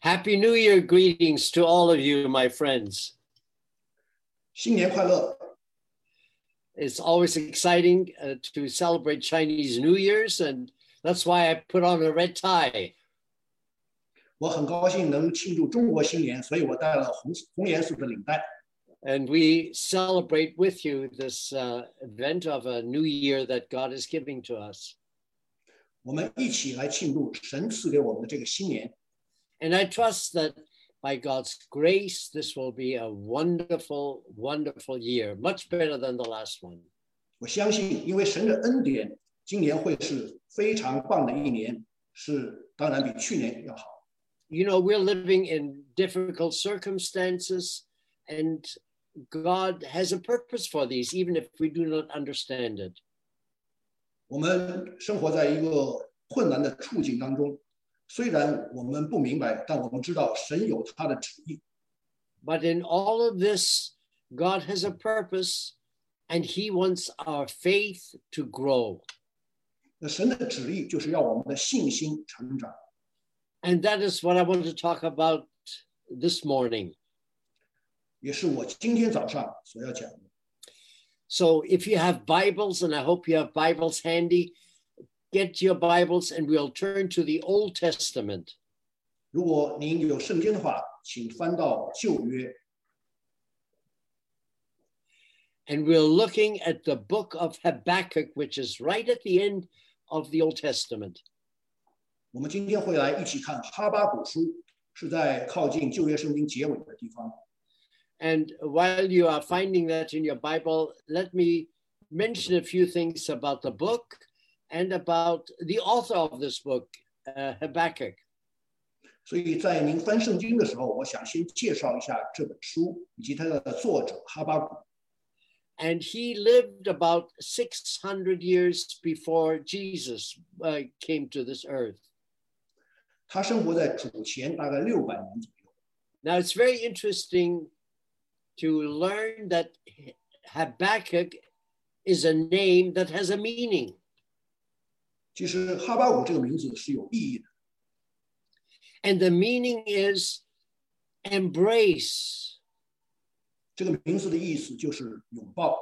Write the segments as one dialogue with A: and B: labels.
A: Happy New Year greetings to all of you, my friends.
B: 新年快乐！
A: It's always exciting uh, to celebrate Chinese New Year's, and that's why I put on a red tie.
B: 我很高兴能庆祝中国新年，所以我带了红红颜色的领带。
A: And we celebrate with you this uh, event of a new year that God is giving to us.
B: 我们一起来庆祝神赐给我们的这个新年。
A: And I trust that by God's grace, this will be a wonderful, wonderful year, much better than the last one.
B: 我相信，因为神的恩典，今年会是非常棒的一年，是当然比去年要好。
A: You know, we're living in difficult circumstances, and God has a purpose for these, even if we do not understand it.
B: 我们生活在一个困难的处境当中，虽然我们不明白，但我们知道神有他的旨意。
A: But in all of this, God has a purpose, and He wants our faith to grow.
B: 那神的旨意就是要我们的信心成长。
A: And that is what I want to talk about this morning.
B: 也是我今天早上所要讲的。
A: So if you have Bibles, and I hope you have Bibles handy, get your Bibles and we'll turn to the Old Testament.
B: 如果您有圣经的话，请翻到旧约，
A: And we're looking at the book of Habakkuk, which is right at the end of the Old Testament.
B: 我们今天会来一起看哈巴古书，是在靠近旧约圣经结尾的地方。
A: And while you are finding that in your Bible, let me mention a few things about the book and about the author of this book, uh, Habakkuk.
B: 所以在您翻圣经的时候，我想先介绍一下这本书以及它的作者哈巴古。
A: And he lived about 600 years before Jesus uh, came to this earth.
B: 他生活在主前大概六百年左右。
A: Now, it's very interesting to learn that Habakkuk is a name that has a meaning.
B: 其实哈巴古这个名字是有意义的，
A: And the meaning is embrace.
B: 这个名字的意思就是拥抱。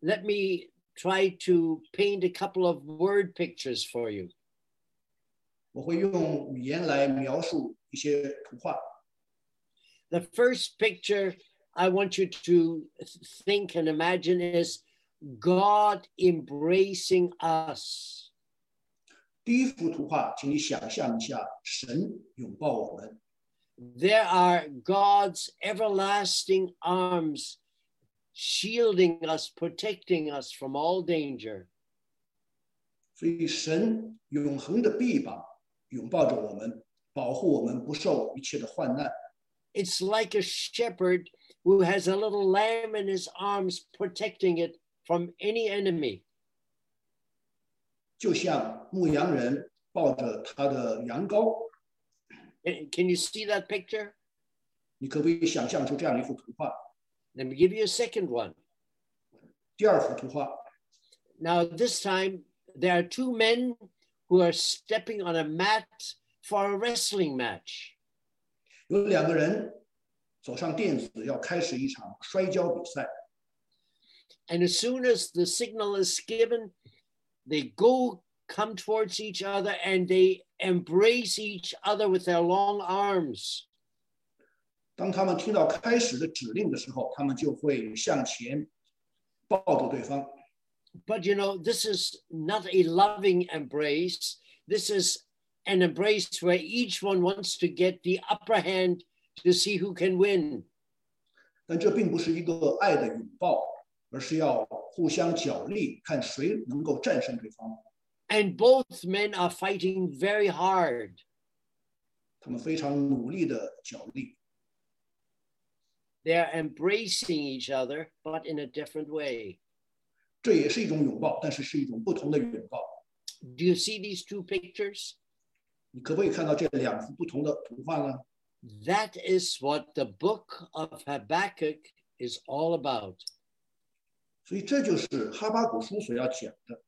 A: Let me try to paint a couple of word pictures for you.
B: 我会用语言来描述一些图画。
A: The first picture I want you to think and imagine is God embracing us.
B: 第一幅图画，请你想象一下，神拥抱我们，
A: There are God's everlasting arms shielding us, protecting us from all danger.
B: 所以神永恒的臂膀拥抱着我们，保护我们不受一切的患难。
A: It's like a shepherd who has a little lamb in his arms, protecting it from any enemy.
B: 就像牧羊人抱着他的羊羔，
A: Eh, Can you see that picture?
B: 你可不可以想象出这样一幅图画？
A: Let me give you a second one.
B: 第二幅图画，
A: Now, this time, there are two men who are stepping on a mat for a wrestling match.
B: 有两个人走上垫子，要开始一场摔跤比赛。
A: And as soon as the signal is given, they go come towards each other and they embrace each other with their long arms.
B: 当他们听到开始的指令的时候，他们就会向前抱住对方。
A: But you know, this is not a loving embrace. This is an embrace where each one wants to get the upper hand to see who can win.
B: 但这并不是一个爱的拥抱，而是要互相角力，看谁能够战胜对方。
A: And both men are fighting very hard.
B: 他们非常努力的角力，
A: They're embracing each other, but in a different way.
B: 这也是一种拥抱，但是是一种不同的拥抱。
A: Do you see these two pictures?
B: 你可不可以看到这两幅不同的图画呢？
A: That is what the book of Habakkuk is all about.
B: 所以这就是哈巴古书所要讲的。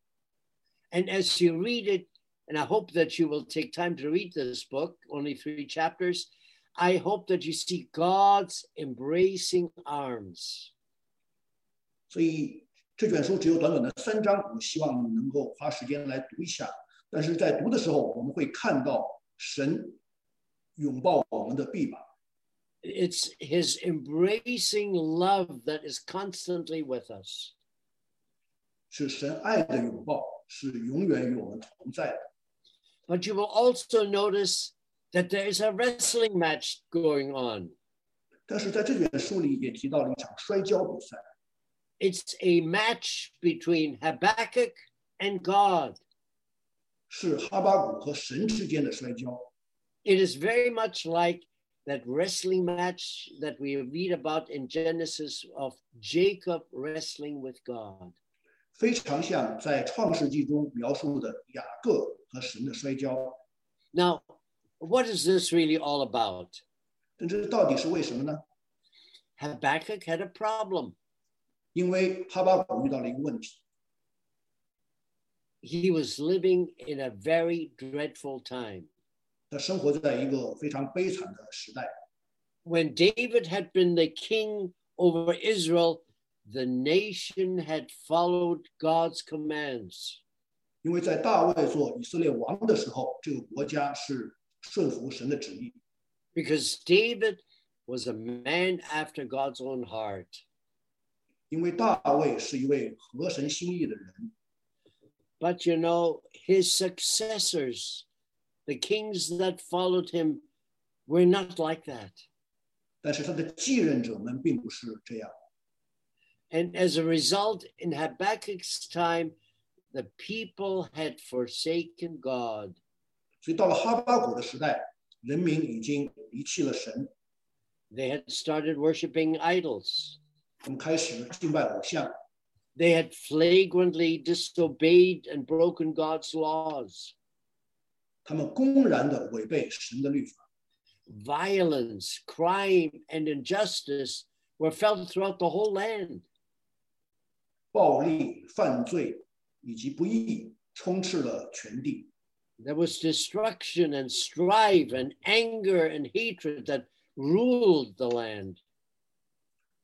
A: And as you read it, And I hope that you will take time to read this book, only three chapters. I hope that you see God's embracing arms.
B: 所以这卷书只有短短的三章，我希望你能够花时间来读一下。但是在读的时候，我们会看到神拥抱我们的臂膀，
A: It's his embracing love that is constantly with us.
B: 是神爱的拥抱，是永远与我们同在的。
A: But you will also notice that there is a wrestling match going on.
B: 但是在这卷书里也提到了一场摔跤比赛，
A: It's a match between Habakkuk and God.
B: 是哈巴谷和神之间的摔跤。
A: It is very much like that wrestling match that we read about in Genesis of Jacob wrestling with God.
B: 非常像在《创世纪》中描述的雅各和神的摔跤。
A: Now, what is this really all about?
B: 但这到底是为什么呢？
A: Habakkuk had a problem.
B: 因为哈巴谷遇到了一个问题，
A: He was living in a very dreadful time.
B: 他生活在一个非常悲惨的时代。
A: When David had been the king over Israel, the nation had followed God's commands.
B: 因为在大卫做以色列王的时候，这个国家是顺服神的旨意，
A: because David was a man after God's own heart.
B: 因为大卫是一位合神心意的人。
A: But you know, his successors, the kings that followed him, were not like that.
B: 但是他的继任者们并不是这样，
A: And as a result, in Habakkuk's time, the people had forsaken God.
B: 所以到了哈巴谷的时代，人民已经离弃了神，
A: They had started worshiping idols.
B: 他们开始敬拜偶像，
A: They had flagrantly disobeyed and broken God's laws.
B: 他们公然的违背神的律法。
A: violence, crime, and injustice were felt throughout the whole land.
B: 暴力、犯罪以及不义充斥了全地，
A: There was destruction and strife and anger and hatred that ruled the land.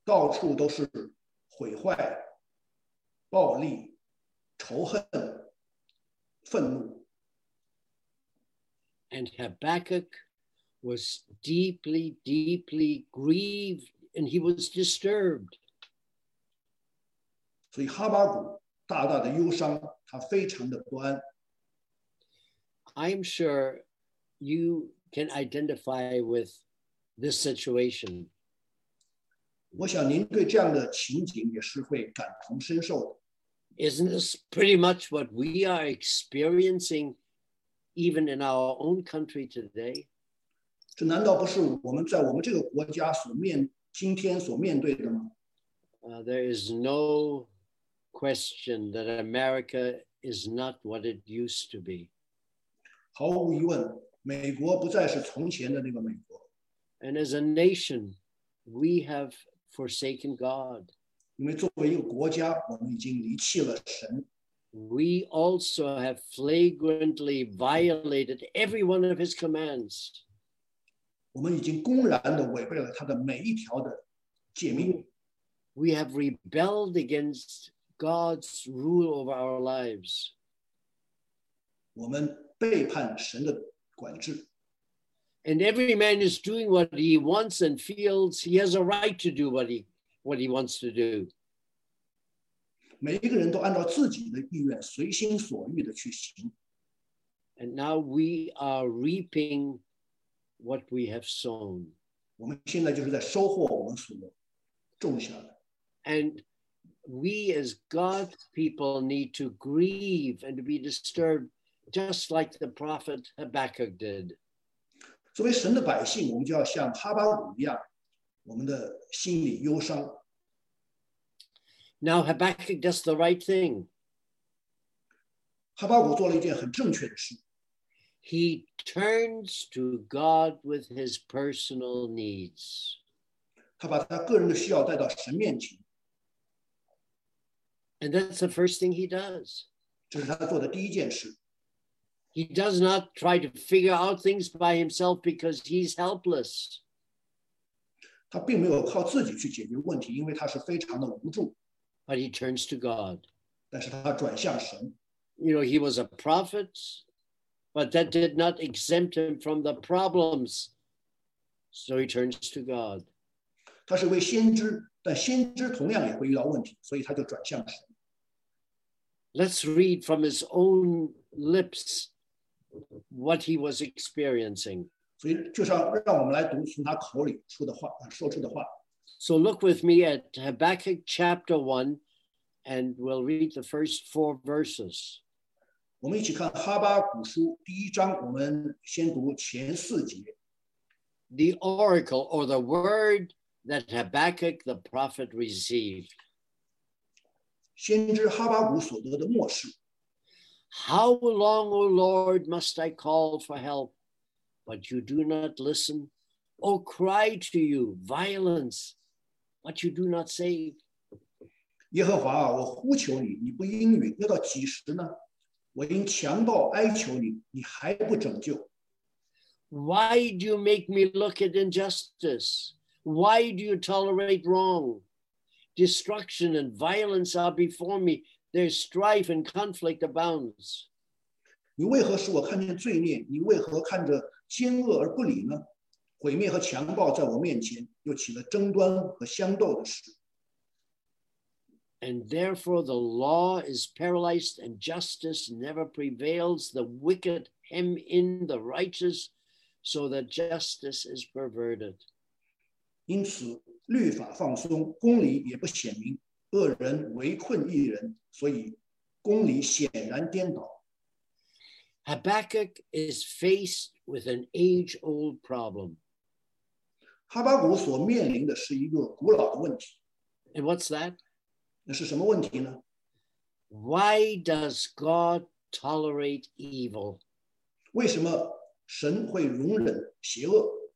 B: 到处都是毁坏、暴力、仇恨、愤怒。
A: And Habakkuk was deeply, deeply grieved and he was disturbed.
B: 所以哈巴谷大大的忧伤，他非常的不安。
A: I'm sure you can identify with this situation.
B: 我想您对这样的情景也是会感同身受的。
A: Isn't this pretty much what we are experiencing even in our own country today?
B: 这难道不是我们在我们这个国家所面今天所面对的吗？
A: Uh, there is no question that America is not what it used to be.
B: 毫无疑问，美国不再是从前的那个美国。
A: And as a nation, we have forsaken God.
B: 因为作为一个国家，我们已经离弃了神，
A: We also have flagrantly violated every one of his commands.
B: 我们已经公然的违背了他的每一条的诫命，
A: We have rebelled against God's rule over our lives.
B: 我们背叛神的管制。
A: And every man is doing what he wants and feels he has a right to do what he what he wants to do.
B: 每一个人都按照自己的意愿，随心所欲的去行。
A: And now we are reaping what we have sown.
B: 我们现在就是在收获我们所种下的。
A: And we, as God's people, need to grieve and to be disturbed, just like the prophet Habakkuk did.
B: 作为神的百姓，我们就要像哈巴谷一样，我们的心里忧伤。
A: Now, Habakkuk does the right thing.
B: 哈巴谷做了一件很正确的事，
A: He turns to God with his personal needs.
B: 他把他个人的需要带到神面前，
A: And that's the first thing he does.
B: 这是他做的第一件事。
A: He does not try to figure out things by himself because he's helpless.
B: 他并没有靠自己去解决问题，因为他是非常的无助。
A: But he turns to God.
B: 但是他转向神，
A: You know, he was a prophet, but that did not exempt him from the problems. So he turns to God.
B: 他是一位先知，但先知同样也会遇到问题，所以他就转向神。
A: Let's read from his own lips what he was experiencing.
B: 所以就像让我们来读从他口里出的话，呃说出的话。
A: So look with me at Habakkuk chapter 1, and we'll read the first four verses.
B: 我们一起看哈巴古书第一章，我们先读前四节。
A: The oracle or the word that Habakkuk the prophet received.
B: 先知哈巴谷所得的末世，
A: How long, O Lord, must I call for help? But you do not listen, or cry to you, violence, but you do not save.
B: 耶和华啊，我呼求你，你不应允，要到几时呢？我因强暴哀求你，你还不拯救。
A: Why do you make me look at injustice? Why do you tolerate wrong? Destruction and violence are before me. There's strife and conflict abounds.
B: 你为何使我看见罪孽？你为何看着奸恶而不理呢？毁灭和强暴在我面前又起了争端和相斗的事，
A: And therefore, the law is paralyzed and justice never prevails. The wicked hem in the righteous so that justice is perverted.
B: 因此律法放松，公理也不显明。恶人围困一人，所以公理显然颠倒。
A: Habakkuk is faced with an age old problem.
B: 哈巴谷所面临的是一个古老的问题，
A: And what's that?
B: 那是什么问题呢？
A: Why does God tolerate evil?
B: 为什么神会容忍邪恶？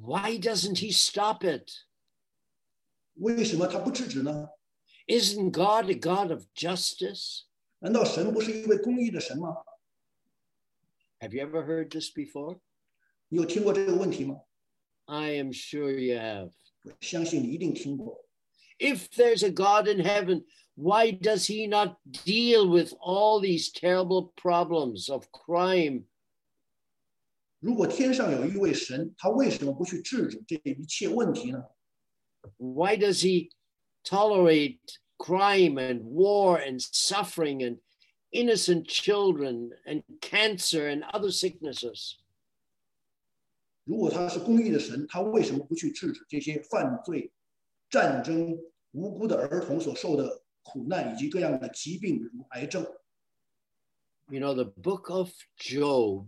A: Why doesn't he stop it?
B: 为什么他不制止呢？
A: Isn't God a God of justice?
B: 难道神不是一位公义的神吗？
A: Have you ever heard this before?
B: 你有听过这个问题吗？
A: I am sure you have.
B: 我相信你一定听过。
A: If there's a God in heaven, why does he not deal with all these terrible problems of crime,
B: 如果天上有一位神，他为什么不去制止这一切问题呢？
A: why does he tolerate crime and war and suffering and innocent children and cancer and other sicknesses?
B: 如果他是公义的神，他为什么不去制止这些犯罪、战争、无辜的儿童所受的苦难以及各样的疾病，如癌症？
A: You know, the book of Job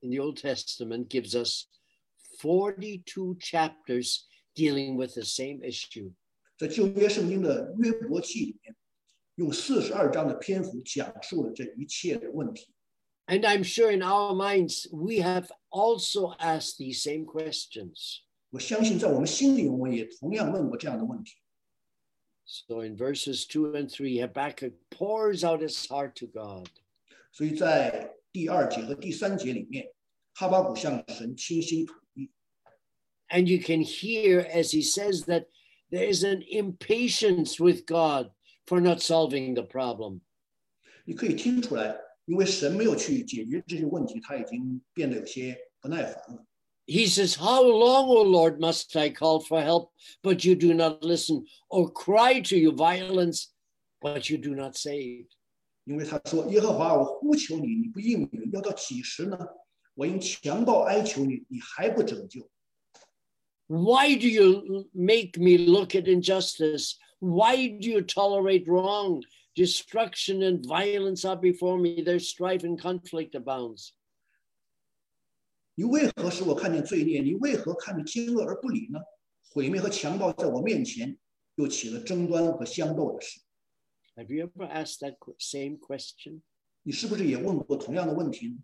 A: in the Old Testament gives us 42 chapters dealing with the same issue.
B: 在旧约圣经的约伯记里面，用四十二章的篇幅讲述了这一切的问题。
A: And I'm sure in our minds, we have also asked these same questions.
B: 我相信在我们心里，我们也同样问过这样的问题。
A: So in verses 2 and 3, Habakkuk pours out his heart to God.
B: 所以在第二节和第三节里面，哈巴谷向神倾心吐意，
A: And you can hear as he says that there is an impatience with God for not solving the problem.
B: 你可以听出来，因为神没有去解决这些问题，他已经变得有些不耐烦了。
A: He says, How long, O Lord, must I call for help, but you do not listen, or cry to you violence, but you do not save?
B: 因为他说：“耶和华，我呼求你，你不应允，要到几时呢？我因强暴哀求你，你还不拯救。
A: Why do you make me look at injustice? Why do you tolerate wrong? Destruction and violence are before me. There's strife and conflict abounds.
B: 你为何使我看见罪孽？你为何看着奸恶而不理呢？毁灭和强暴在我面前又起了争端和相斗的事。
A: Have you ever asked that qu- same question?
B: 你是不是也问过同样的问题呢？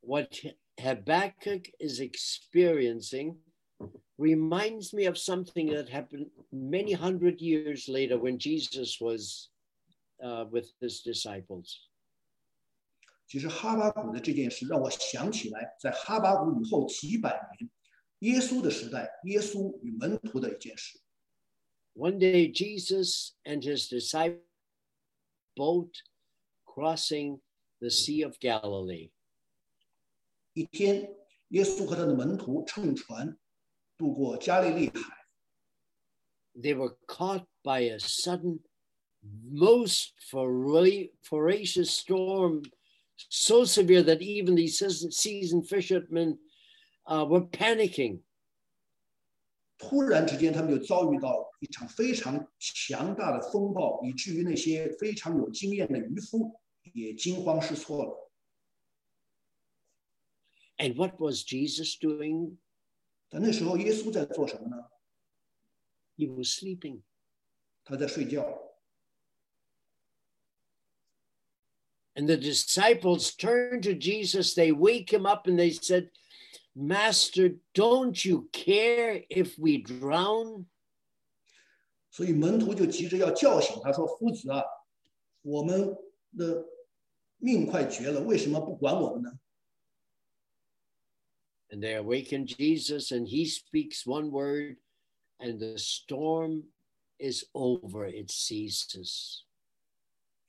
A: What Habakkuk is experiencing reminds me of something that happened many hundred years later when Jesus was uh, with his disciples.
B: 其实哈巴谷的这件事让我想起来，在哈巴谷以后几百年，耶稣的时代，耶稣与门徒的一件事。
A: One day, Jesus and his disciples boat crossing the Sea of Galilee.
B: 一天，耶稣和他的门徒乘船渡过加利利海，
A: They were caught by a sudden, most fora- voracious storm, so severe that even the seas- seasoned fishermen uh, were panicking.
B: 突然之间，他们就遭遇到一场非常强大的风暴，以至于那些非常有经验的渔夫也惊慌失措了。
A: And what was Jesus doing?
B: 但那时候，耶稣在做什么呢？
A: He was sleeping.
B: 他在睡觉。
A: And the disciples turned to Jesus. They wake him up and they said, Master, don't you care if we drown?
B: 所以门徒就急着要叫醒他，说：“夫子啊，我们的命快绝了，为什么不管我们呢
A: And they awaken Jesus and he speaks one word, and the storm is over, it ceases.？”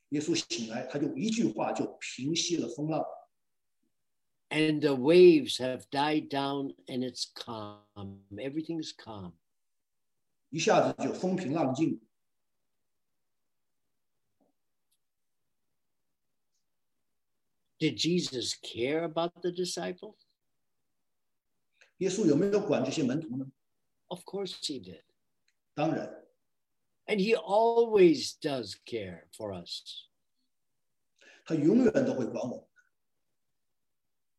B: 耶稣醒来，他就一句话就平息了风浪，
A: And the waves have died down and it's calm. Everything's calm.
B: 一下子就风平浪静。
A: Did Jesus care about the disciples?
B: 耶稣有没有管这些门徒呢？
A: Of course he did.
B: 当然，
A: And he always does care for us.
B: 他永远都会管我们。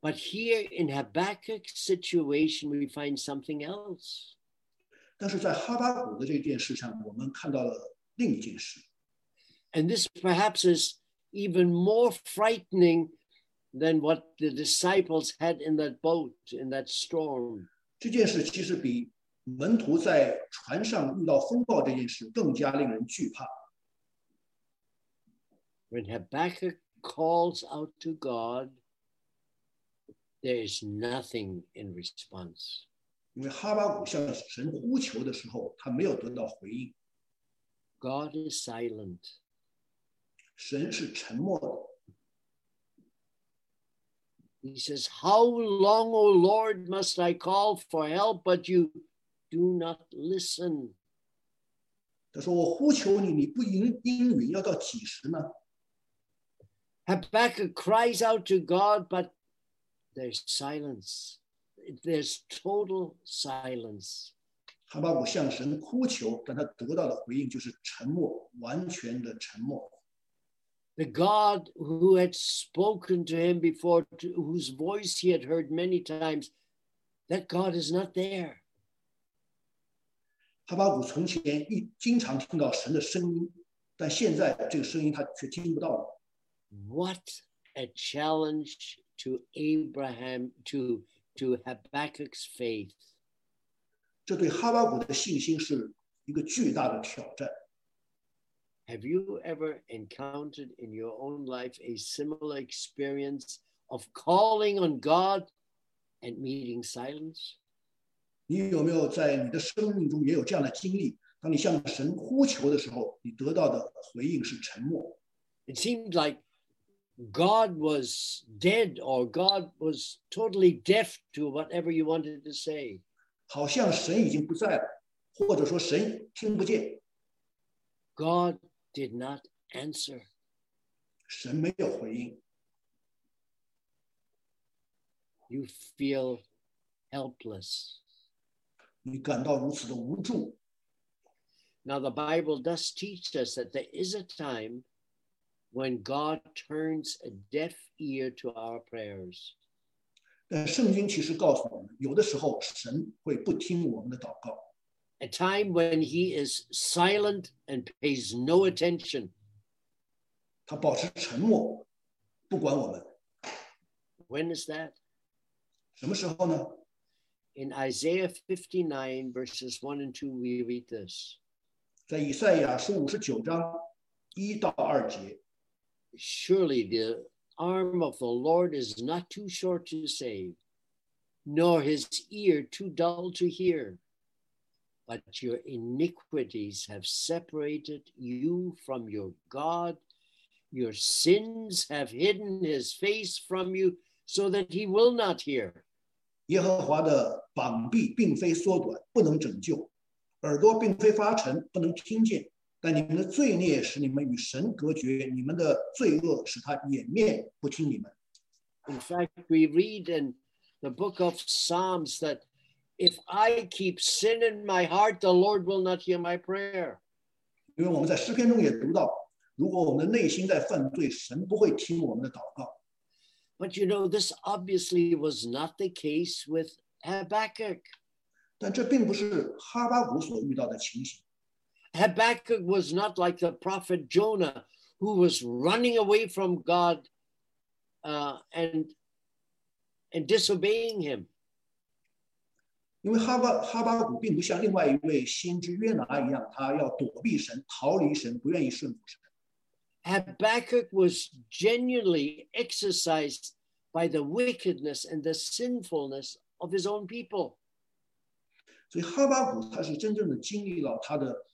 A: But here in Habakkuk's situation, we find something else.
B: 但是在哈巴谷的这件事上，我们看到了另一件事，
A: And this perhaps is even more frightening than what the disciples had in that boat, in that storm.
B: 这件事其实比门徒在船上遇到风暴这件事更加令人惧怕。
A: When Habakkuk calls out to God, there is nothing in response.
B: 因为哈巴谷向神呼求的时候，他没有得到回应，
A: God is silent.
B: 神是沉默的。
A: He says, How long, O Lord, must I call for help, but you do not listen?
B: 他说：“我呼求你，你不应应允，要到几时呢
A: Habakkuk cries out to God, but there's silence. There's total silence.？”
B: 哈巴谷向神呼求，但他得到的回应就是沉默，完全的沉默。
A: The God who had spoken to him before, to- whose voice he had heard many times, that God is not there.
B: 哈巴谷从前一经常听到神的声音，但现在这个声音他却听不到了。
A: What a challenge to Abraham, to, to Habakkuk's faith.
B: 这对哈巴谷的信心是一个巨大的挑战。
A: Have you ever encountered in your own life a similar experience of calling on God and meeting silence?
B: 你有没有在你的生命中也有这样的经历？当你向神呼求的时候，你得到的回应是沉默，
A: It seemed like God was dead or God was totally deaf to whatever you wanted to say.
B: 好像神已经不在了，或者说神听不见，
A: God did not answer.
B: 神没有回应，
A: You feel helpless.
B: 你感到如此的无助。
A: Now, the Bible does teach us that there is a time when God turns a deaf ear to our prayers.
B: 但圣经其实告诉我们，有的时候神会不听我们的祷告，
A: a time when he is silent and pays no attention,
B: 他保持沉默，不管我们。
A: when is that?
B: 什么时候呢？
A: In Isaiah 59, verses 1 and 2, we read this
B: 在以赛亚书五十九章一到二节。
A: Surely the arm of the Lord is not too short to save, nor his ear too dull to hear. But your iniquities have separated you from your God. Your sins have hidden his face from you so that he will not hear.
B: 耶和华的膀臂并非缩短，不能拯救；耳朵并非发沉，不能听见。但你们的罪孽使你们与神隔绝，你们的罪恶使他掩面不听你们。
A: In fact, we read in the book of Psalms that if I keep sin in my heart, the Lord will not hear my prayer.
B: 因为我们在诗篇中也读到，如果我们的内心在犯罪，神不会听我们的祷告。
A: But you know, this obviously was not the case with Habakkuk.
B: 但这并不是哈巴谷所遇到的情形。
A: Habakkuk was not like the prophet Jonah, who was running away from God uh, and, and disobeying him.
B: 因为哈巴哈巴谷并不像另外一位先知约拿一样，他要躲避神、逃离神，不愿意顺服神。
A: Habakkuk was genuinely exercised by the wickedness and the sinfulness of his own people.
B: 所以哈巴谷他是真正的经历了他的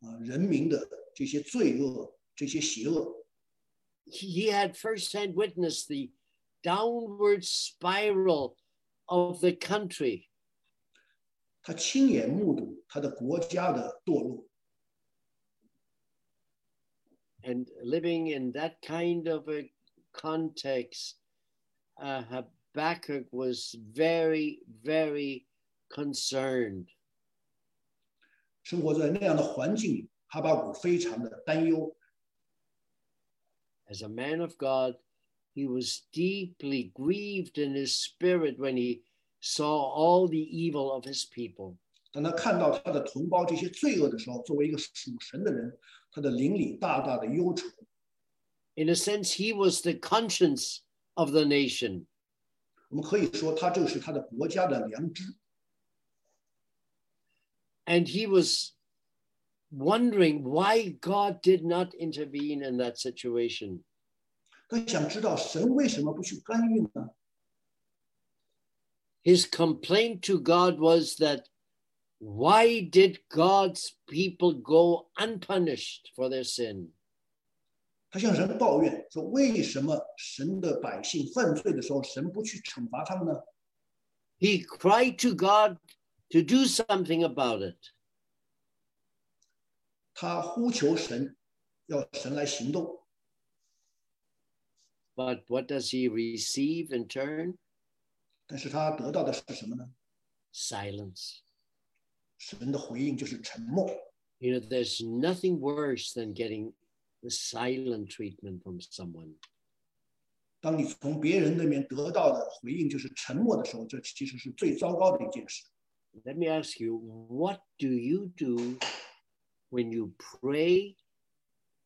B: 呃人民的这些罪恶、这些邪恶。
A: He he had firsthand witnessed the downward spiral of the country.
B: 他亲眼目睹他的国家的堕落，
A: And living in that kind of a context, uh, Habakkuk was very, very concerned.
B: 生活在那样的环境里，哈巴谷非常的担忧。
A: As a man of God, he was deeply grieved in his spirit when he saw all the evil of his people.
B: 当他看到他的同胞这些罪恶的时候，作为一个属神的人，他的灵里大大的忧愁。
A: In a sense, he was the conscience of the nation.
B: 我们可以说，他就是他的国家的良知。
A: And he was wondering why God did not intervene in that situation.
B: 他想知道神为什么不去干预呢？
A: his complaint to God was that why did God's people go unpunished for their sin?
B: 他向神抱怨说：“为什么神的百姓犯罪的时候，神不去惩罚他们呢
A: He cried to God to do something about it.？”
B: 他呼求神，要神来行动。
A: But what does he receive in turn?
B: 但是他得到的是什么呢？
A: Silence.
B: 神的回应就是沉默。
A: You know, there's nothing worse than getting the silent treatment from someone.
B: 当你从别人那边得到的回应就是沉默的时候，这其实是最糟糕的一件事。
A: Let me ask you, what do you do when you pray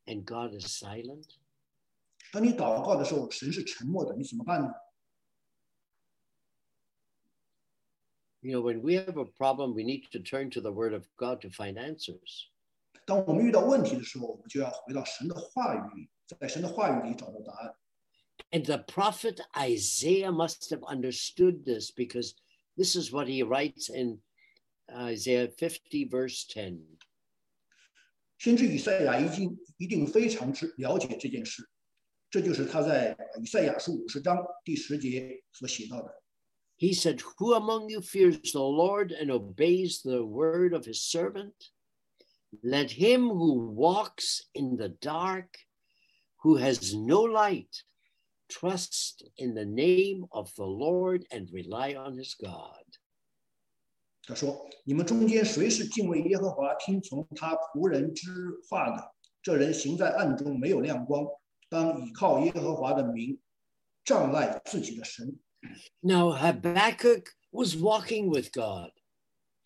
A: and God is silent?
B: 当你祷告的时候，神是沉默的，你怎么办呢？
A: You know, when we have a problem, we need to turn to the Word of God to find answers.
B: 当我们遇到问题的时候，我们就要回到神的话语里，在神的话语里找到答案。
A: And the prophet Isaiah must have understood this because this is what he writes in Isaiah 50, verse 10.
B: 先知以赛亚一定一定非常之了解这件事，这就是他在以赛亚书五十章第十节所写到的。
A: He said, Who among you fears the Lord and obeys the word of his servant? Let him who walks in the dark, who has no light, trust in the name of the Lord and rely on his God.
B: 他说：“你们中间谁是敬畏耶和华、听从他仆人之话的？这人行在暗中，没有亮光，当倚靠耶和华的名，障碍自己的神。
A: Now, Habakkuk was walking with God. ”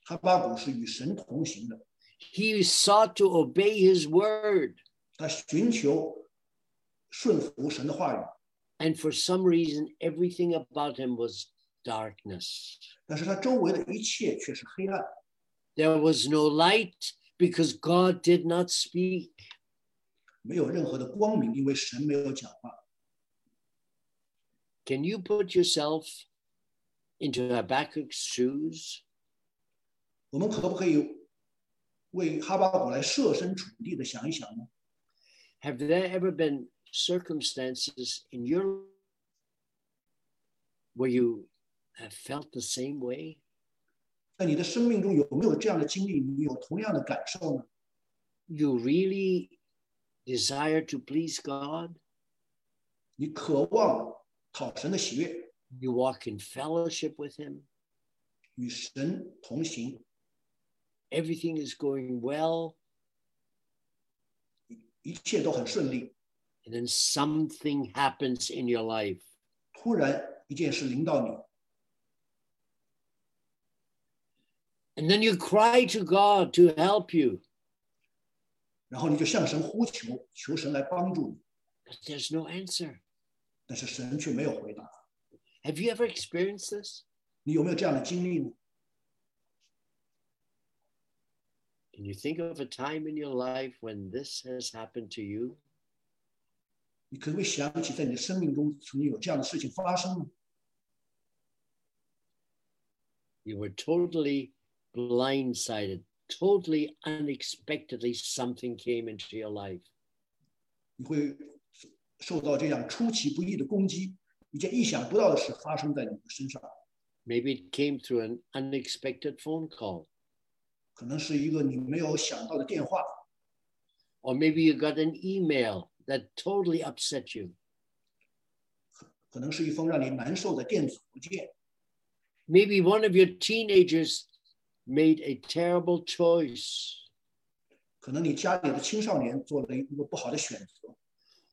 B: 哈巴谷是与神同行的，
A: He sought to obey his word.
B: 他寻求顺服神的话语，
A: And for some reason, everything about him was darkness.
B: 但是他周围的一切却是黑暗。
A: There was no light because God did not speak.
B: 没有任何的光明，因为神没有讲话。
A: Can you put yourself into Habakkuk's shoes?
B: 我们可不可以为哈巴谷来设身处地的想一想呢？
A: Have there ever been circumstances in your life where you have felt the same way?
B: 在你的生命中有没有这样的经历？你有同样的感受呢？
A: You really desire to please God?
B: 你渴望讨神的喜悦，
A: You walk in fellowship with Him?
B: 与神同行，
A: Everything is going well,
B: 一切都很顺利。
A: and then something happens in your life.
B: 突然一件事临到你，
A: And then you cry to God to help you,
B: 然后你就向神呼求，求神来帮助你，
A: but there's no answer.
B: 但是神却没有回答。
A: Have you ever experienced this?
B: 你有没有这样的经历呢？
A: Can you think of a time in your life when this has happened to you?
B: 你可不可以想起在你的生命中曾经有这样的事情发生呢？
A: You were totally blindsided, totally unexpectedly, something came into your life.
B: 你会受到这样出其不意的攻击，一件意想不到的事发生在你的身上，
A: Maybe it came through an unexpected phone call,
B: 可能是一个你没有想到的电话，
A: or maybe you got an email that totally upset you.
B: 可能是一封让你难受的电子邮件，
A: Maybe one of your teenagers made a terrible choice,
B: 可能你家里的青少年做了一个不好的选择，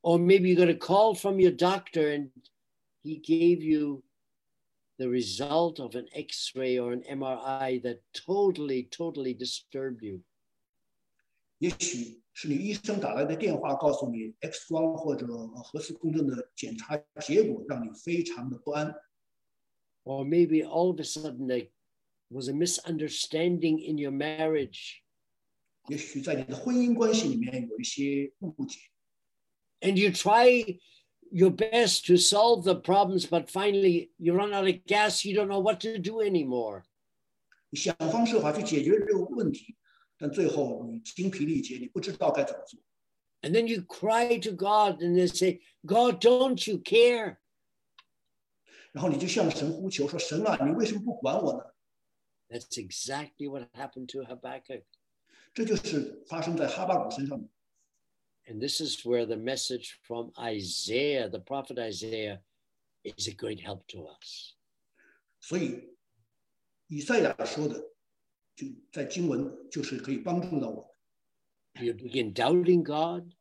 A: or maybe you got a call from your doctor and he gave you the result of an x ray or an MRI that totally, totally disturbed you.
B: 也许是你医生打来的电话告诉你 X 光或者呃核磁共振的检查结果让你非常的不安，
A: Or maybe all of a sudden there was a misunderstanding in your marriage
B: 也许在你的婚姻关系里面有一些误解，
A: and you try your best to solve the problems, but finally you run out of gas, you don't know what to do anymore.
B: 你想方设法去解决这个问题，但最后你精疲力竭，你不知道该怎么做。
A: And then you cry to God and they say, God, don't you care?
B: 然后你就向神呼求说：“神啊，你为什么不管我呢
A: That's exactly what happened to Habakkuk.？”
B: 这就是发生在哈巴谷身上的。
A: And this is where the message from Isaiah, the prophet Isaiah, is a great help to us.
B: 所以，以赛亚说的，就在经文就是可以帮助到我们。
A: You begin doubting God,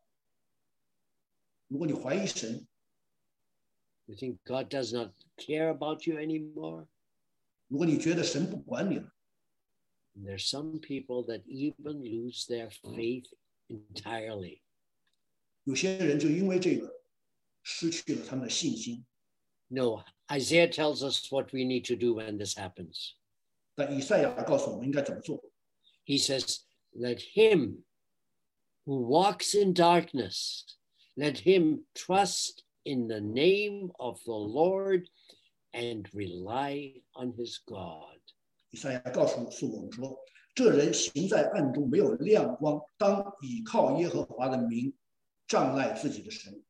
B: 如果你怀疑神，
A: you think God does not care about you anymore.
B: 如果你觉得神不管你了，
A: And there's some people that even lose their faith entirely.
B: 有些人就因为这个失去了他们的信心。
A: No, Isaiah tells us what we need to do when this happens.
B: 但以赛亚告诉我们应该怎么做。
A: He says, Let him who walks in darkness, let him trust in the name of the Lord and rely on his God.
B: 以赛亚告诉诉我们说：“这人行在暗中，没有亮光，当倚靠耶和华的名，障碍自己的神。”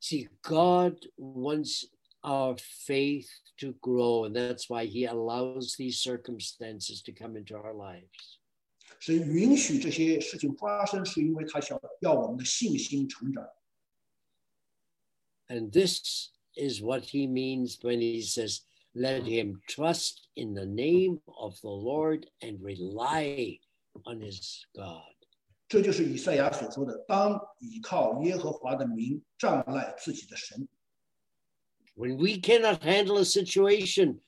A: See, God wants our faith to grow, and that's why he allows these circumstances to come into our lives.
B: 神允许这些事情发生，是因为他想要我们的信心成长。
A: And this is what he means when he says, Let him trust in the name of the Lord and rely on his God.
B: 这就是以赛亚所说的：“当倚靠耶和华的名，障碍自己的神。
A: When we cannot handle a situation,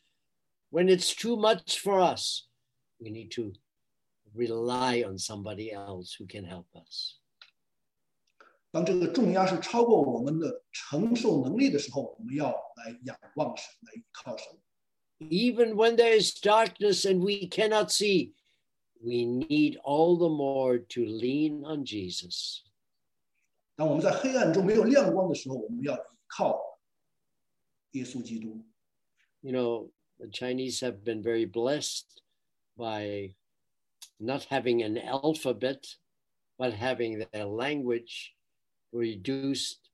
A: when it's too much for us, we need to rely on somebody else who can help us. ”
B: 当这个重压是超过我们的承受能力的时候，我们要来仰望神，来依靠神。
A: Even when there is darkness and we cannot see, we need all the more to lean on Jesus.
B: 当我们在黑暗中没有亮光的时候，我们要依靠耶稣基督。
A: You know, the Chinese have been very blessed by not having an alphabet, but having their language reduced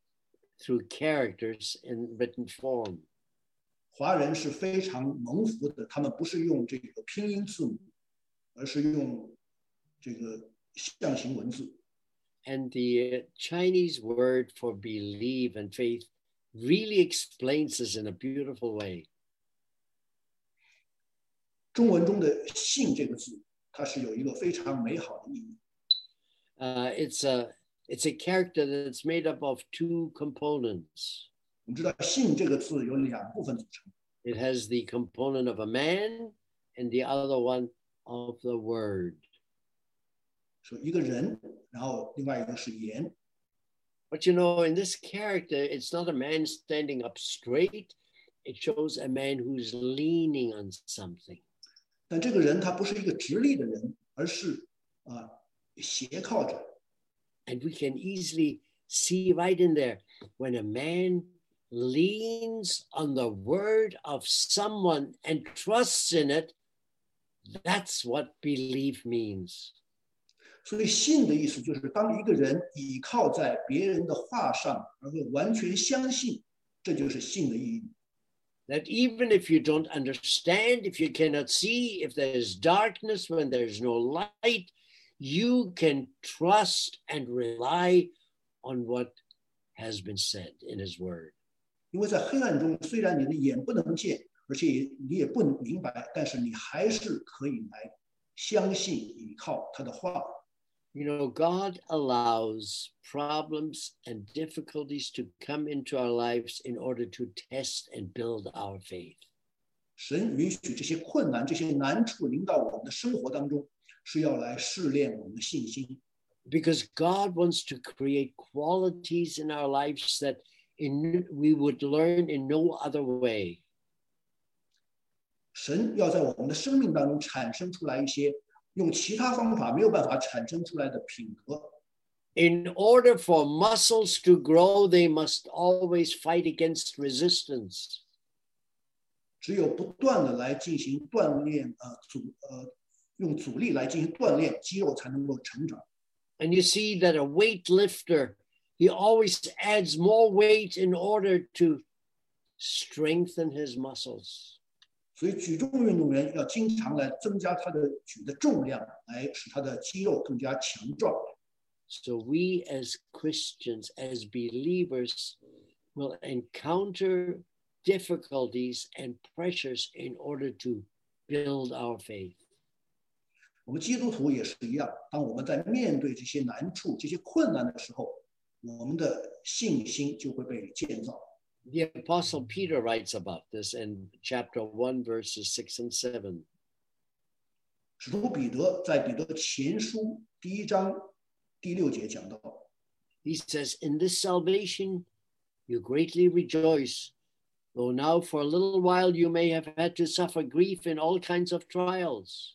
A: through characters in written form.
B: 华人是非常蒙福的，他们不是用这个拼音字母，而是用这个象形文字。
A: And the uh, Chinese word for believe and faith really explains this in a beautiful way.
B: 中文中的“信”这个字，它是有一个非常美好的意义。
A: Uh, it's a it's a character that's made up of two components.
B: 我们知道“信”这个字有两部分组成，
A: It has the component of a man and the other one of the word.
B: 是一个人，然后另外一个是言。
A: But you know, in this character, it's not a man standing up straight. It shows a man who's leaning on something.
B: 但这个人他不是一个直立的人，而是啊斜靠着。
A: And we can easily see right in there when a man leans on the word of someone and trusts in it, that's what belief means.
B: 所以信的意思就是，当一个人倚靠在别人的话上，而会完全相信，这就是信的意义。
A: That even if you don't understand, if you cannot see, if there's darkness, when there's no light, you can trust and rely on what has been said in his word.
B: 因为在黑暗中，虽然你的眼不能见，而且也你也不能明白，但是你还是可以来相信、倚靠他的话。
A: You know, God allows problems and difficulties to come into our lives in order to test and build our faith.
B: 神允许这些困难、这些难处临到我们的生活当中，是要来试炼我们的信心。
A: Because God wants to create qualities in our lives that in, we would learn in no other way.
B: 神要在我们的生命当中产生出来一些用其他方法没有办法产生出来的品格。
A: In order for muscles to grow, they must always fight against resistance.
B: 只有不断的来进行锻炼，呃，阻呃，用阻力来进行锻炼，肌肉才能够成长。
A: And you see that a weightlifter, he always adds more weight in order to strengthen his muscles.
B: 所以，举重运动员要经常来增加他的举的重量，来使他的肌肉更加强壮。
A: So we as Christians, as believers, will encounter difficulties and pressures in order to build our faith.
B: 我们基督徒也是一样，当我们在面对这些难处、这些困难的时候，我们的信心就会被建造。
A: The Apostle Peter writes about this in chapter 1, verses 6 and 7.
B: 使徒彼得在彼得前书第一章第六节讲到，
A: He says, In this salvation you greatly rejoice, though now for a little while you may have had to suffer grief in all kinds of trials.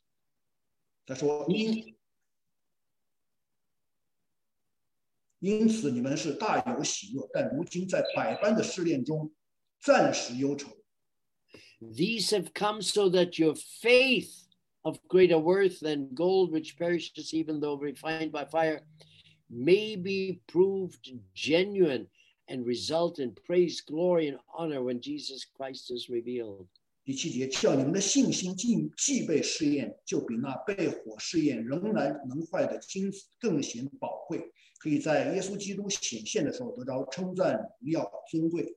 B: 他说：“
A: 因
B: 因此你们是大有喜乐，但如今在百般的试炼中，暂时忧愁。
A: These have come so that your faith of greater worth than gold, which perishes even though refined by fire, may be proved genuine and result in praise, glory, and honor when Jesus Christ is revealed. ”
B: 第七节，叫你们的信心既既被试验，就比那被火试验仍然能坏的金子更显宝贵，可以在耶稣基督显现的时候得着称赞、荣耀、尊贵。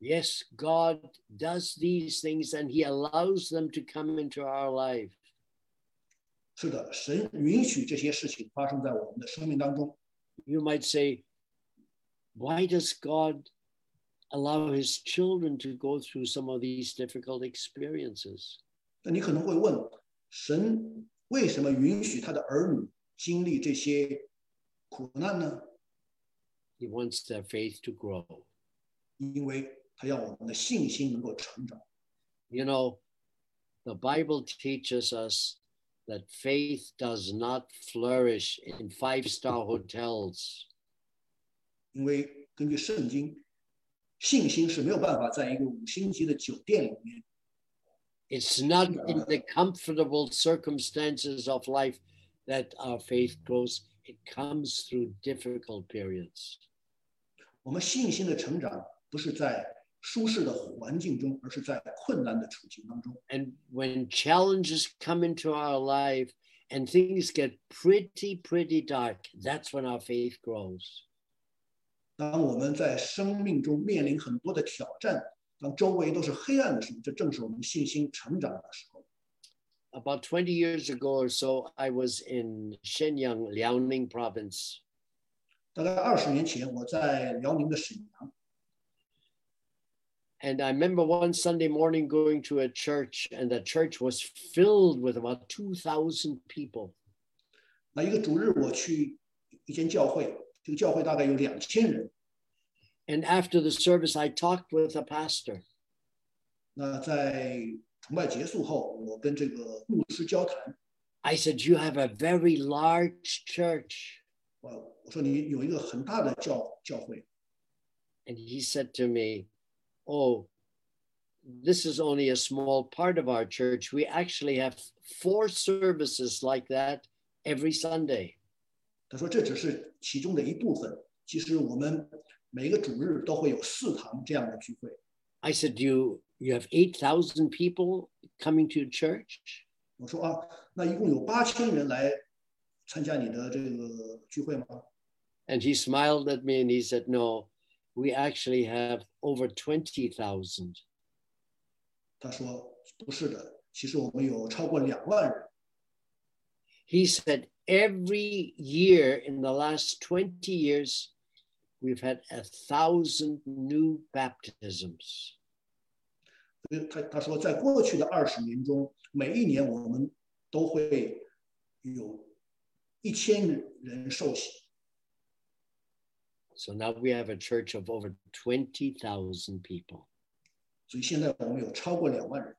A: Yes, God does these things and He allows them to come into our life.
B: 是的，神允许这些事情发生在我们的生命当中。
A: You might say, why does God allow His children to go through some of these difficult experiences?
B: 那你可能会问，神为什么允许他的儿女经历这些苦难呢？
A: He wants their faith to grow.
B: 因为他要我们的信心能够成长。
A: You know, the Bible teaches us that faith does not flourish in five star hotels.
B: 因为根据圣经，信心是没有办法在一个五星级的酒店里面
A: It's not in the comfortable circumstances of life that our faith grows. It comes through difficult periods.
B: 我们信心的成长不是在舒适的环境中，而是在困难的处境当中。
A: And when challenges come into our life and things get pretty, pretty dark, that's when our faith grows.
B: 当我们在生命中面临很多的挑战，当周围都是黑暗的时候，这正是我们信心成长的时候。
A: About 20 years ago or so, I was in Shenyang, Liaoning province.
B: 大概二十年前，我在辽宁的沈阳，
A: And I remember one Sunday morning going to a church, and the church was filled with about 2,000 people.
B: 那一个主日我去一间教会，这个教会大概有两千人。
A: And after the service, I talked with the pastor.
B: 那在崇拜结束后，我跟这个牧师交谈，
A: I said, You have a very large church.
B: 呃我我说你有一个很大的教教会，
A: And he said to me, Oh, this is only a small part of our church. We actually have four services like that every Sunday.
B: 他说这只是其中的一部分，其实我们每个主日都会有四堂这样的聚会。
A: I said, You, you have 8,000 people coming to your church?
B: 我说啊，那一共有八千人来参加你的这个聚会吗？
A: And he smiled at me and he said, No, we actually have over 20,000.
B: 他说不是的，其实我们有超过两万人。
A: He said, Every year in the last 20 years, we've had a thousand new baptisms.
B: 所以他他说，在过去的二十年中，每一年我们都会有一千人受洗。
A: So now we have a church of over 20,000 people.
B: 所以现在我们有超过两万人。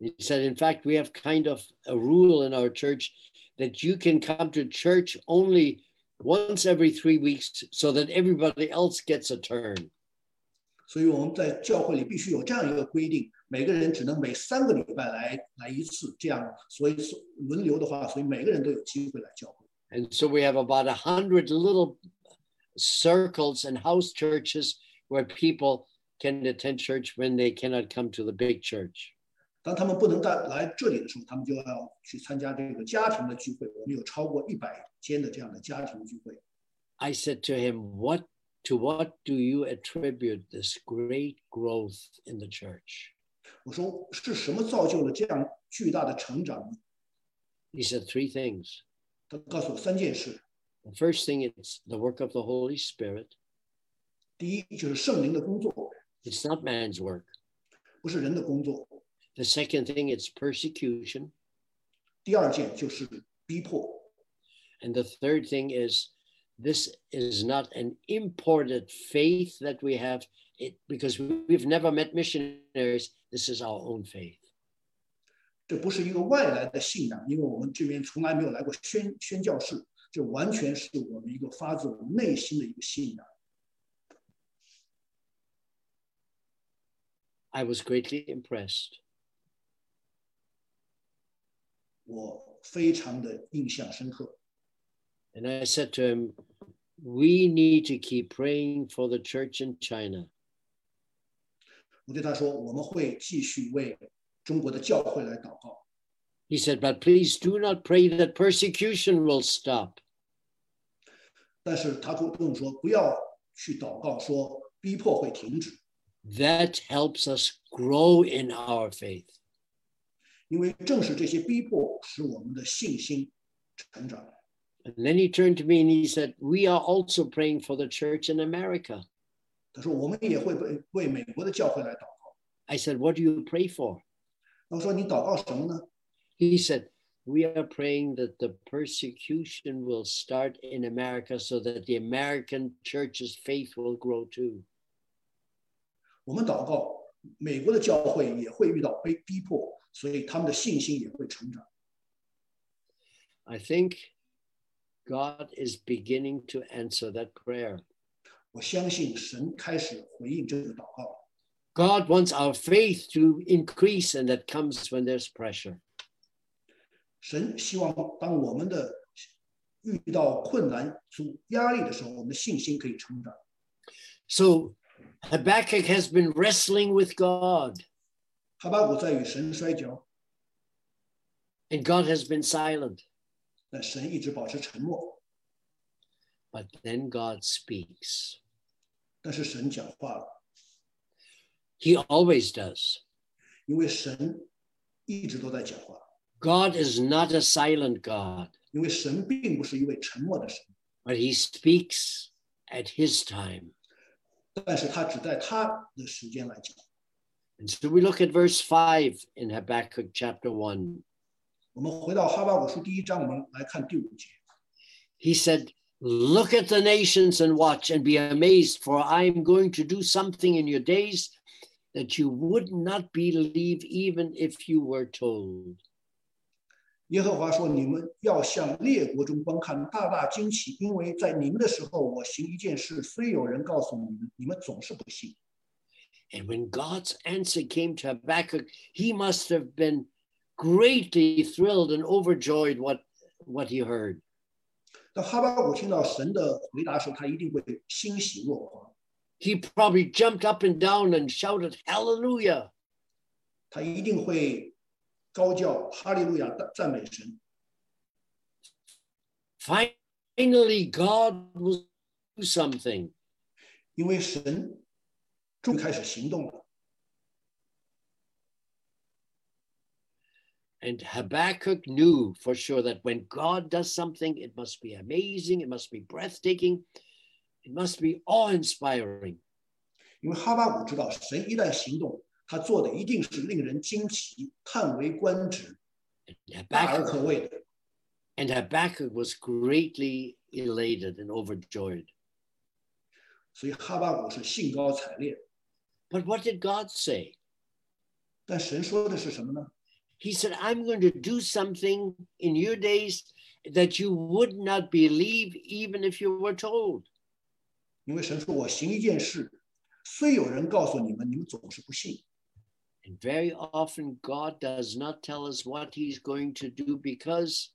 A: He said, In fact, we have kind of a rule in our church that you can come to church only once every three weeks so that everybody else gets a turn.
B: 所以我们在教会里必须有这样一个规定，每个人只能每三个礼拜来来一次，这样，所以所轮流的话，所以每个人都有机会来教会。
A: And so we have about a hundred little circles and house churches where people can attend church when they cannot come to the big church.
B: 当他们不能带来这里的时候，他们就要去参加这个家庭的聚会。我们有超过一百间的这样的家庭聚会。
A: I said to him, What to what do you attribute this great growth in the church?
B: 我说是什么造就了这样巨大的成长呢？
A: He said three things.
B: 他告诉我三件事：
A: The first thing is the work of the Holy Spirit.
B: 第一就是圣灵的工作，
A: It's not man's work.
B: 不是人的工作；
A: The second thing is persecution.
B: 第二件就是逼迫；
A: And the third thing is this is not an imported faith that we have it because we've never met missionaries. This is our own faith.
B: 这不是一个外来的信仰，因为我们这边从来没有来过宣宣教士，这完全是我们一个发自我们内心的一个信仰。
A: I was greatly impressed.
B: 我非常的印象深刻。
A: And I said to him, We need to keep praying for the church in China.
B: 我对他说，我们会继续为中国的教会来祷告。
A: He said, But please do not pray that persecution will stop.
B: 但是他跟跟我说，不要去祷告，说逼迫会停止，
A: That helps us grow in our faith.
B: 因为正是这些逼迫使我们的信心成长。
A: And then he turned to me and he said, We are also praying for the church in America.
B: 他说，我们也会为为美国的教会来祷告。
A: I said, What do you pray for?
B: 我说，你祷告什么呢？
A: He said, We are praying that the persecution will start in America so that the American church's faith will grow too.
B: 我们祷告，美国的教会也会遇到被逼迫，所以他们的信心也会成长。
A: I think God is beginning to answer that prayer.
B: 我相信神开始回应这个祷告了。
A: God wants our faith to increase, and that comes when there's pressure.
B: 神希望当我们的遇到困难、阻压力的时候，我们的信心可以成长。
A: So Habakkuk has been wrestling with God,
B: 哈巴谷在与神摔跤，
A: and God has been silent.
B: 但神一直保持沉默。
A: But then God speaks.
B: 但是神讲话了，
A: He always does.
B: 因为神一直都在讲话，
A: God is not a silent God,
B: 因为神并不是一位沉默的神，
A: but He speaks at His time.
B: 但是他只在他的时间来讲。
A: And so we look at verse 5 in Habakkuk chapter 1.
B: 我们回到哈巴谷书第一章，我们来看第五节。
A: He said, Look at the nations and watch and be amazed, for I am going to do something in your days that you would not believe even if you were told.
B: 耶和华说：“你们要向列国中观看，大大惊奇，因为在你们的时候，我行一件事，虽有人告诉你们，你们总是不信。
A: And when God's answer came to Habakkuk, he must have been greatly thrilled and overjoyed what, what he heard. ”
B: 当哈巴谷听到神的回答时候，他一定会欣喜若狂，
A: He probably jumped up and down and shouted, Hallelujah!
B: 他一定会高叫哈利路亚赞赞美神。
A: Finally, God will do something.
B: 因为神终于开始行动了。
A: And Habakkuk knew for sure that when God does something, it must be amazing, it must be breathtaking, it must be awe inspiring.
B: 因为哈巴谷知道，神一旦行动，他做的一定是令人惊奇、叹为观止、大而
A: Habakkuk,
B: 可畏的。
A: and Habakkuk was greatly elated and overjoyed.
B: 所以哈巴谷是兴高采烈。
A: But what did God say?
B: 但神说的是什么呢？
A: He said, I'm going to do something in your days that you would not believe even if you were told.
B: 因为神说：“我行一件事，虽有人告诉你们，你们总是不信。
A: And very often, God does not tell us what He's going to do because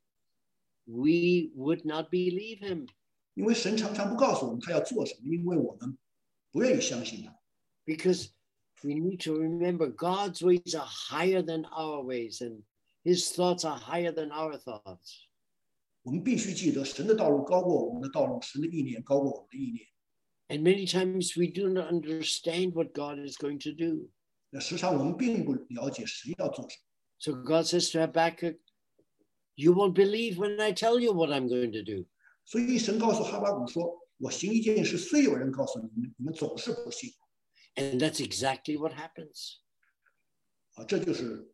A: we would not believe Him,
B: 因为神常常不告诉我们他要做什么，因为我们不愿意相信他。
A: because we need to remember God's ways are higher than our ways, and His thoughts are higher than our thoughts.
B: 我们必须记得，神的道路高过我们的道路，神的意念高过我们的意念。
A: And many times we do not understand what God is going to do.
B: 那时常我们并不了解神要做什么，
A: So God says to Habakkuk, You won't believe when I tell you what I'm going to do.
B: 所以神告诉哈巴谷说：“我行一件事，虽有人告诉你们，你们总是不信。
A: And that's exactly what happens ”
B: 啊，这就是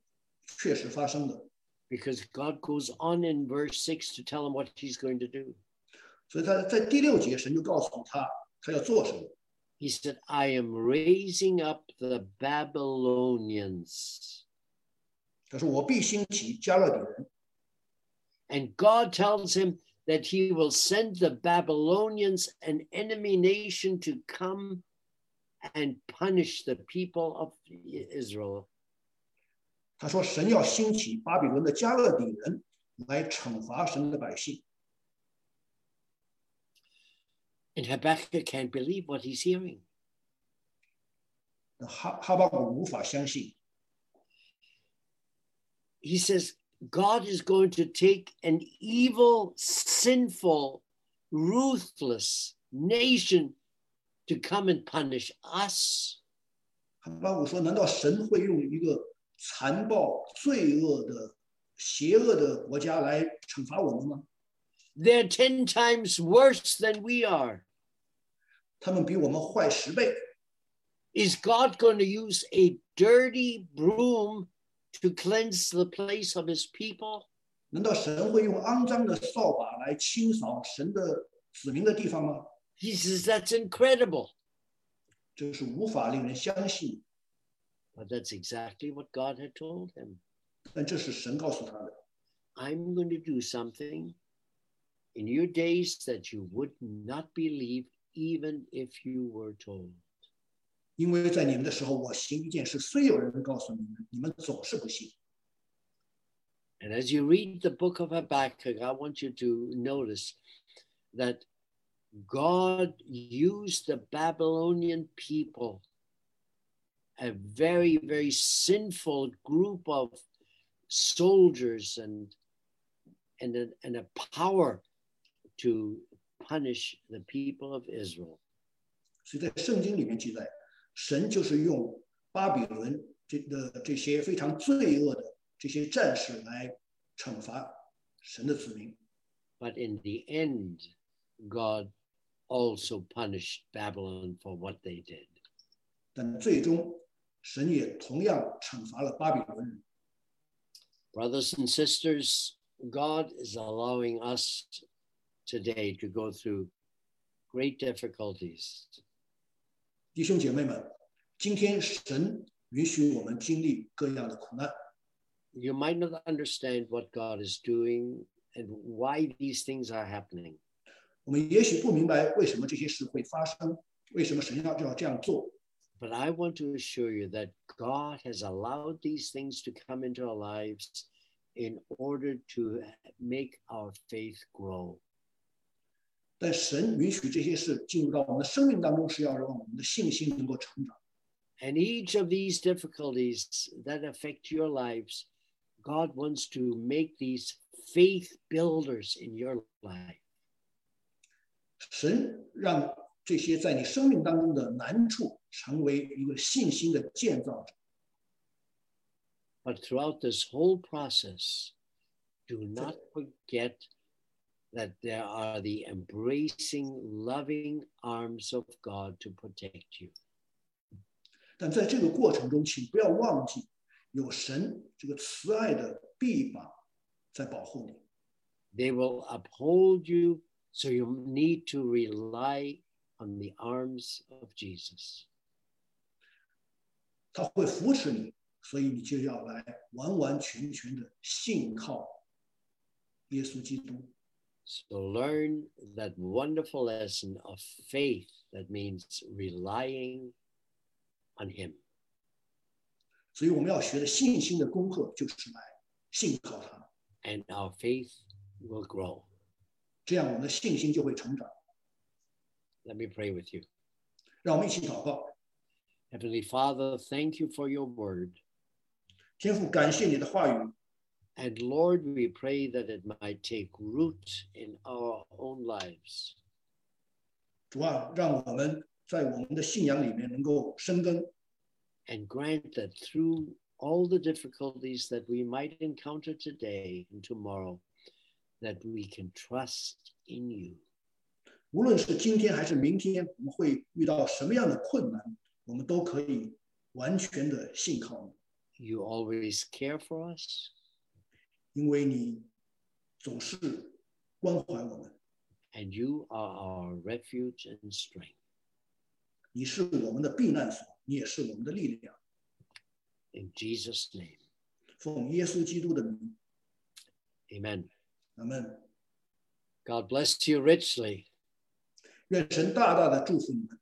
B: 确实发生的。
A: because God goes on in verse 6 to tell him what he's going to do.
B: 所以他在第六节，神就告诉他他要做什么。
A: He said, I am raising up the Babylonians.
B: 他说：“我必兴起加勒底人。”
A: And God tells him that he will send the Babylonians, an enemy nation, to come and punish the people of I- Israel.
B: 他说：“神要兴起巴比伦的加勒底人来惩罚神的百姓。
A: And Habakkuk can't believe what he's hearing. ”
B: 哈哈巴谷无法相信，
A: He says, God is going to take an evil, sinful, ruthless nation to come and punish us.
B: 哈巴谷说：“难道神会用一个残暴、罪恶的、邪恶的国家来惩罚我们吗？
A: They're 10 times worse than we are.
B: 他们比我们坏十倍。
A: Is God going to use a dirty broom to cleanse the place of his people?
B: 难道神会用肮脏的扫把来清扫神的子民的地方吗？
A: He says that's incredible.
B: 这是无法令人相信，
A: But that's exactly what God had told him.
B: 但这是神告诉他的。
A: I'm going to do something in your days that you would not believe even if you were told.
B: 因为在你们的时候，我行一件事，虽有人告诉你们，你们总是不信。
A: And as you read the book of Habakkuk, I want you to notice that God used the Babylonian people, a very, very sinful group of soldiers and, and, a, and a power to punish the people of Israel.
B: 所以在圣经里面记载，神就是用巴比伦这的这些非常罪恶的这些战士来惩罚神的子民。
A: But in the end, God also punished Babylon for what they did.
B: 但最终，神也同样惩罚了巴比伦人。
A: Brothers and sisters, God is allowing us today to go through great difficulties.
B: 弟兄姐妹们，今天神允许我们经历各样的苦难，
A: You might not understand what God is doing and why these things are happening,
B: 我们也许不明白为什么这些事会发生，为什么神要要这样做。
A: but I want to assure you that God has allowed these things to come into our lives in order to make our faith grow.
B: 但神允许这些事进入到我们的生命当中，是要让我们的信心能够成长。
A: And each of these difficulties that affect your lives, God wants to make these faith builders in your life.
B: 神让这些在你生命当中的难处成为一个信心的建造者。
A: But throughout this whole process, do not forget that there are the embracing, loving arms of God to protect you.
B: 但在这个过程中，请不要忘记，有神这个慈爱的臂膀在保护你。
A: They will uphold you, so you need to rely on the arms of Jesus.
B: 他会扶持你，所以你就要来完完全全的信靠耶稣基督。
A: So learn that wonderful lesson of faith that means relying on Him.
B: 所以我们要学的信心的功课就是来信靠他，
A: and our faith will grow.
B: 这样我们的信心就会成长。
A: Let me pray with you.
B: 让我们一起祷告，
A: Heavenly Father, thank you for your word.
B: 天父，感谢你的话语，
A: And Lord, we pray that it might take root in our own lives.
B: 主啊，让我们在我们的信仰里面能够生根，
A: And grant that through all the difficulties that we might encounter today and tomorrow, that we can trust in you.
B: 无论是今天还是明天，我们会遇到什么样的困难，我们都可以完全的信靠你，
A: You always care for us,
B: 因为你总是关怀我们，
A: and you are our refuge and strength.
B: 你是我们的避难所，你也是我们的力量。
A: In Jesus' name,
B: 奉耶稣基督的名，
A: amen.
B: 咱们
A: God bless you richly.
B: 愿神大大的祝福你们。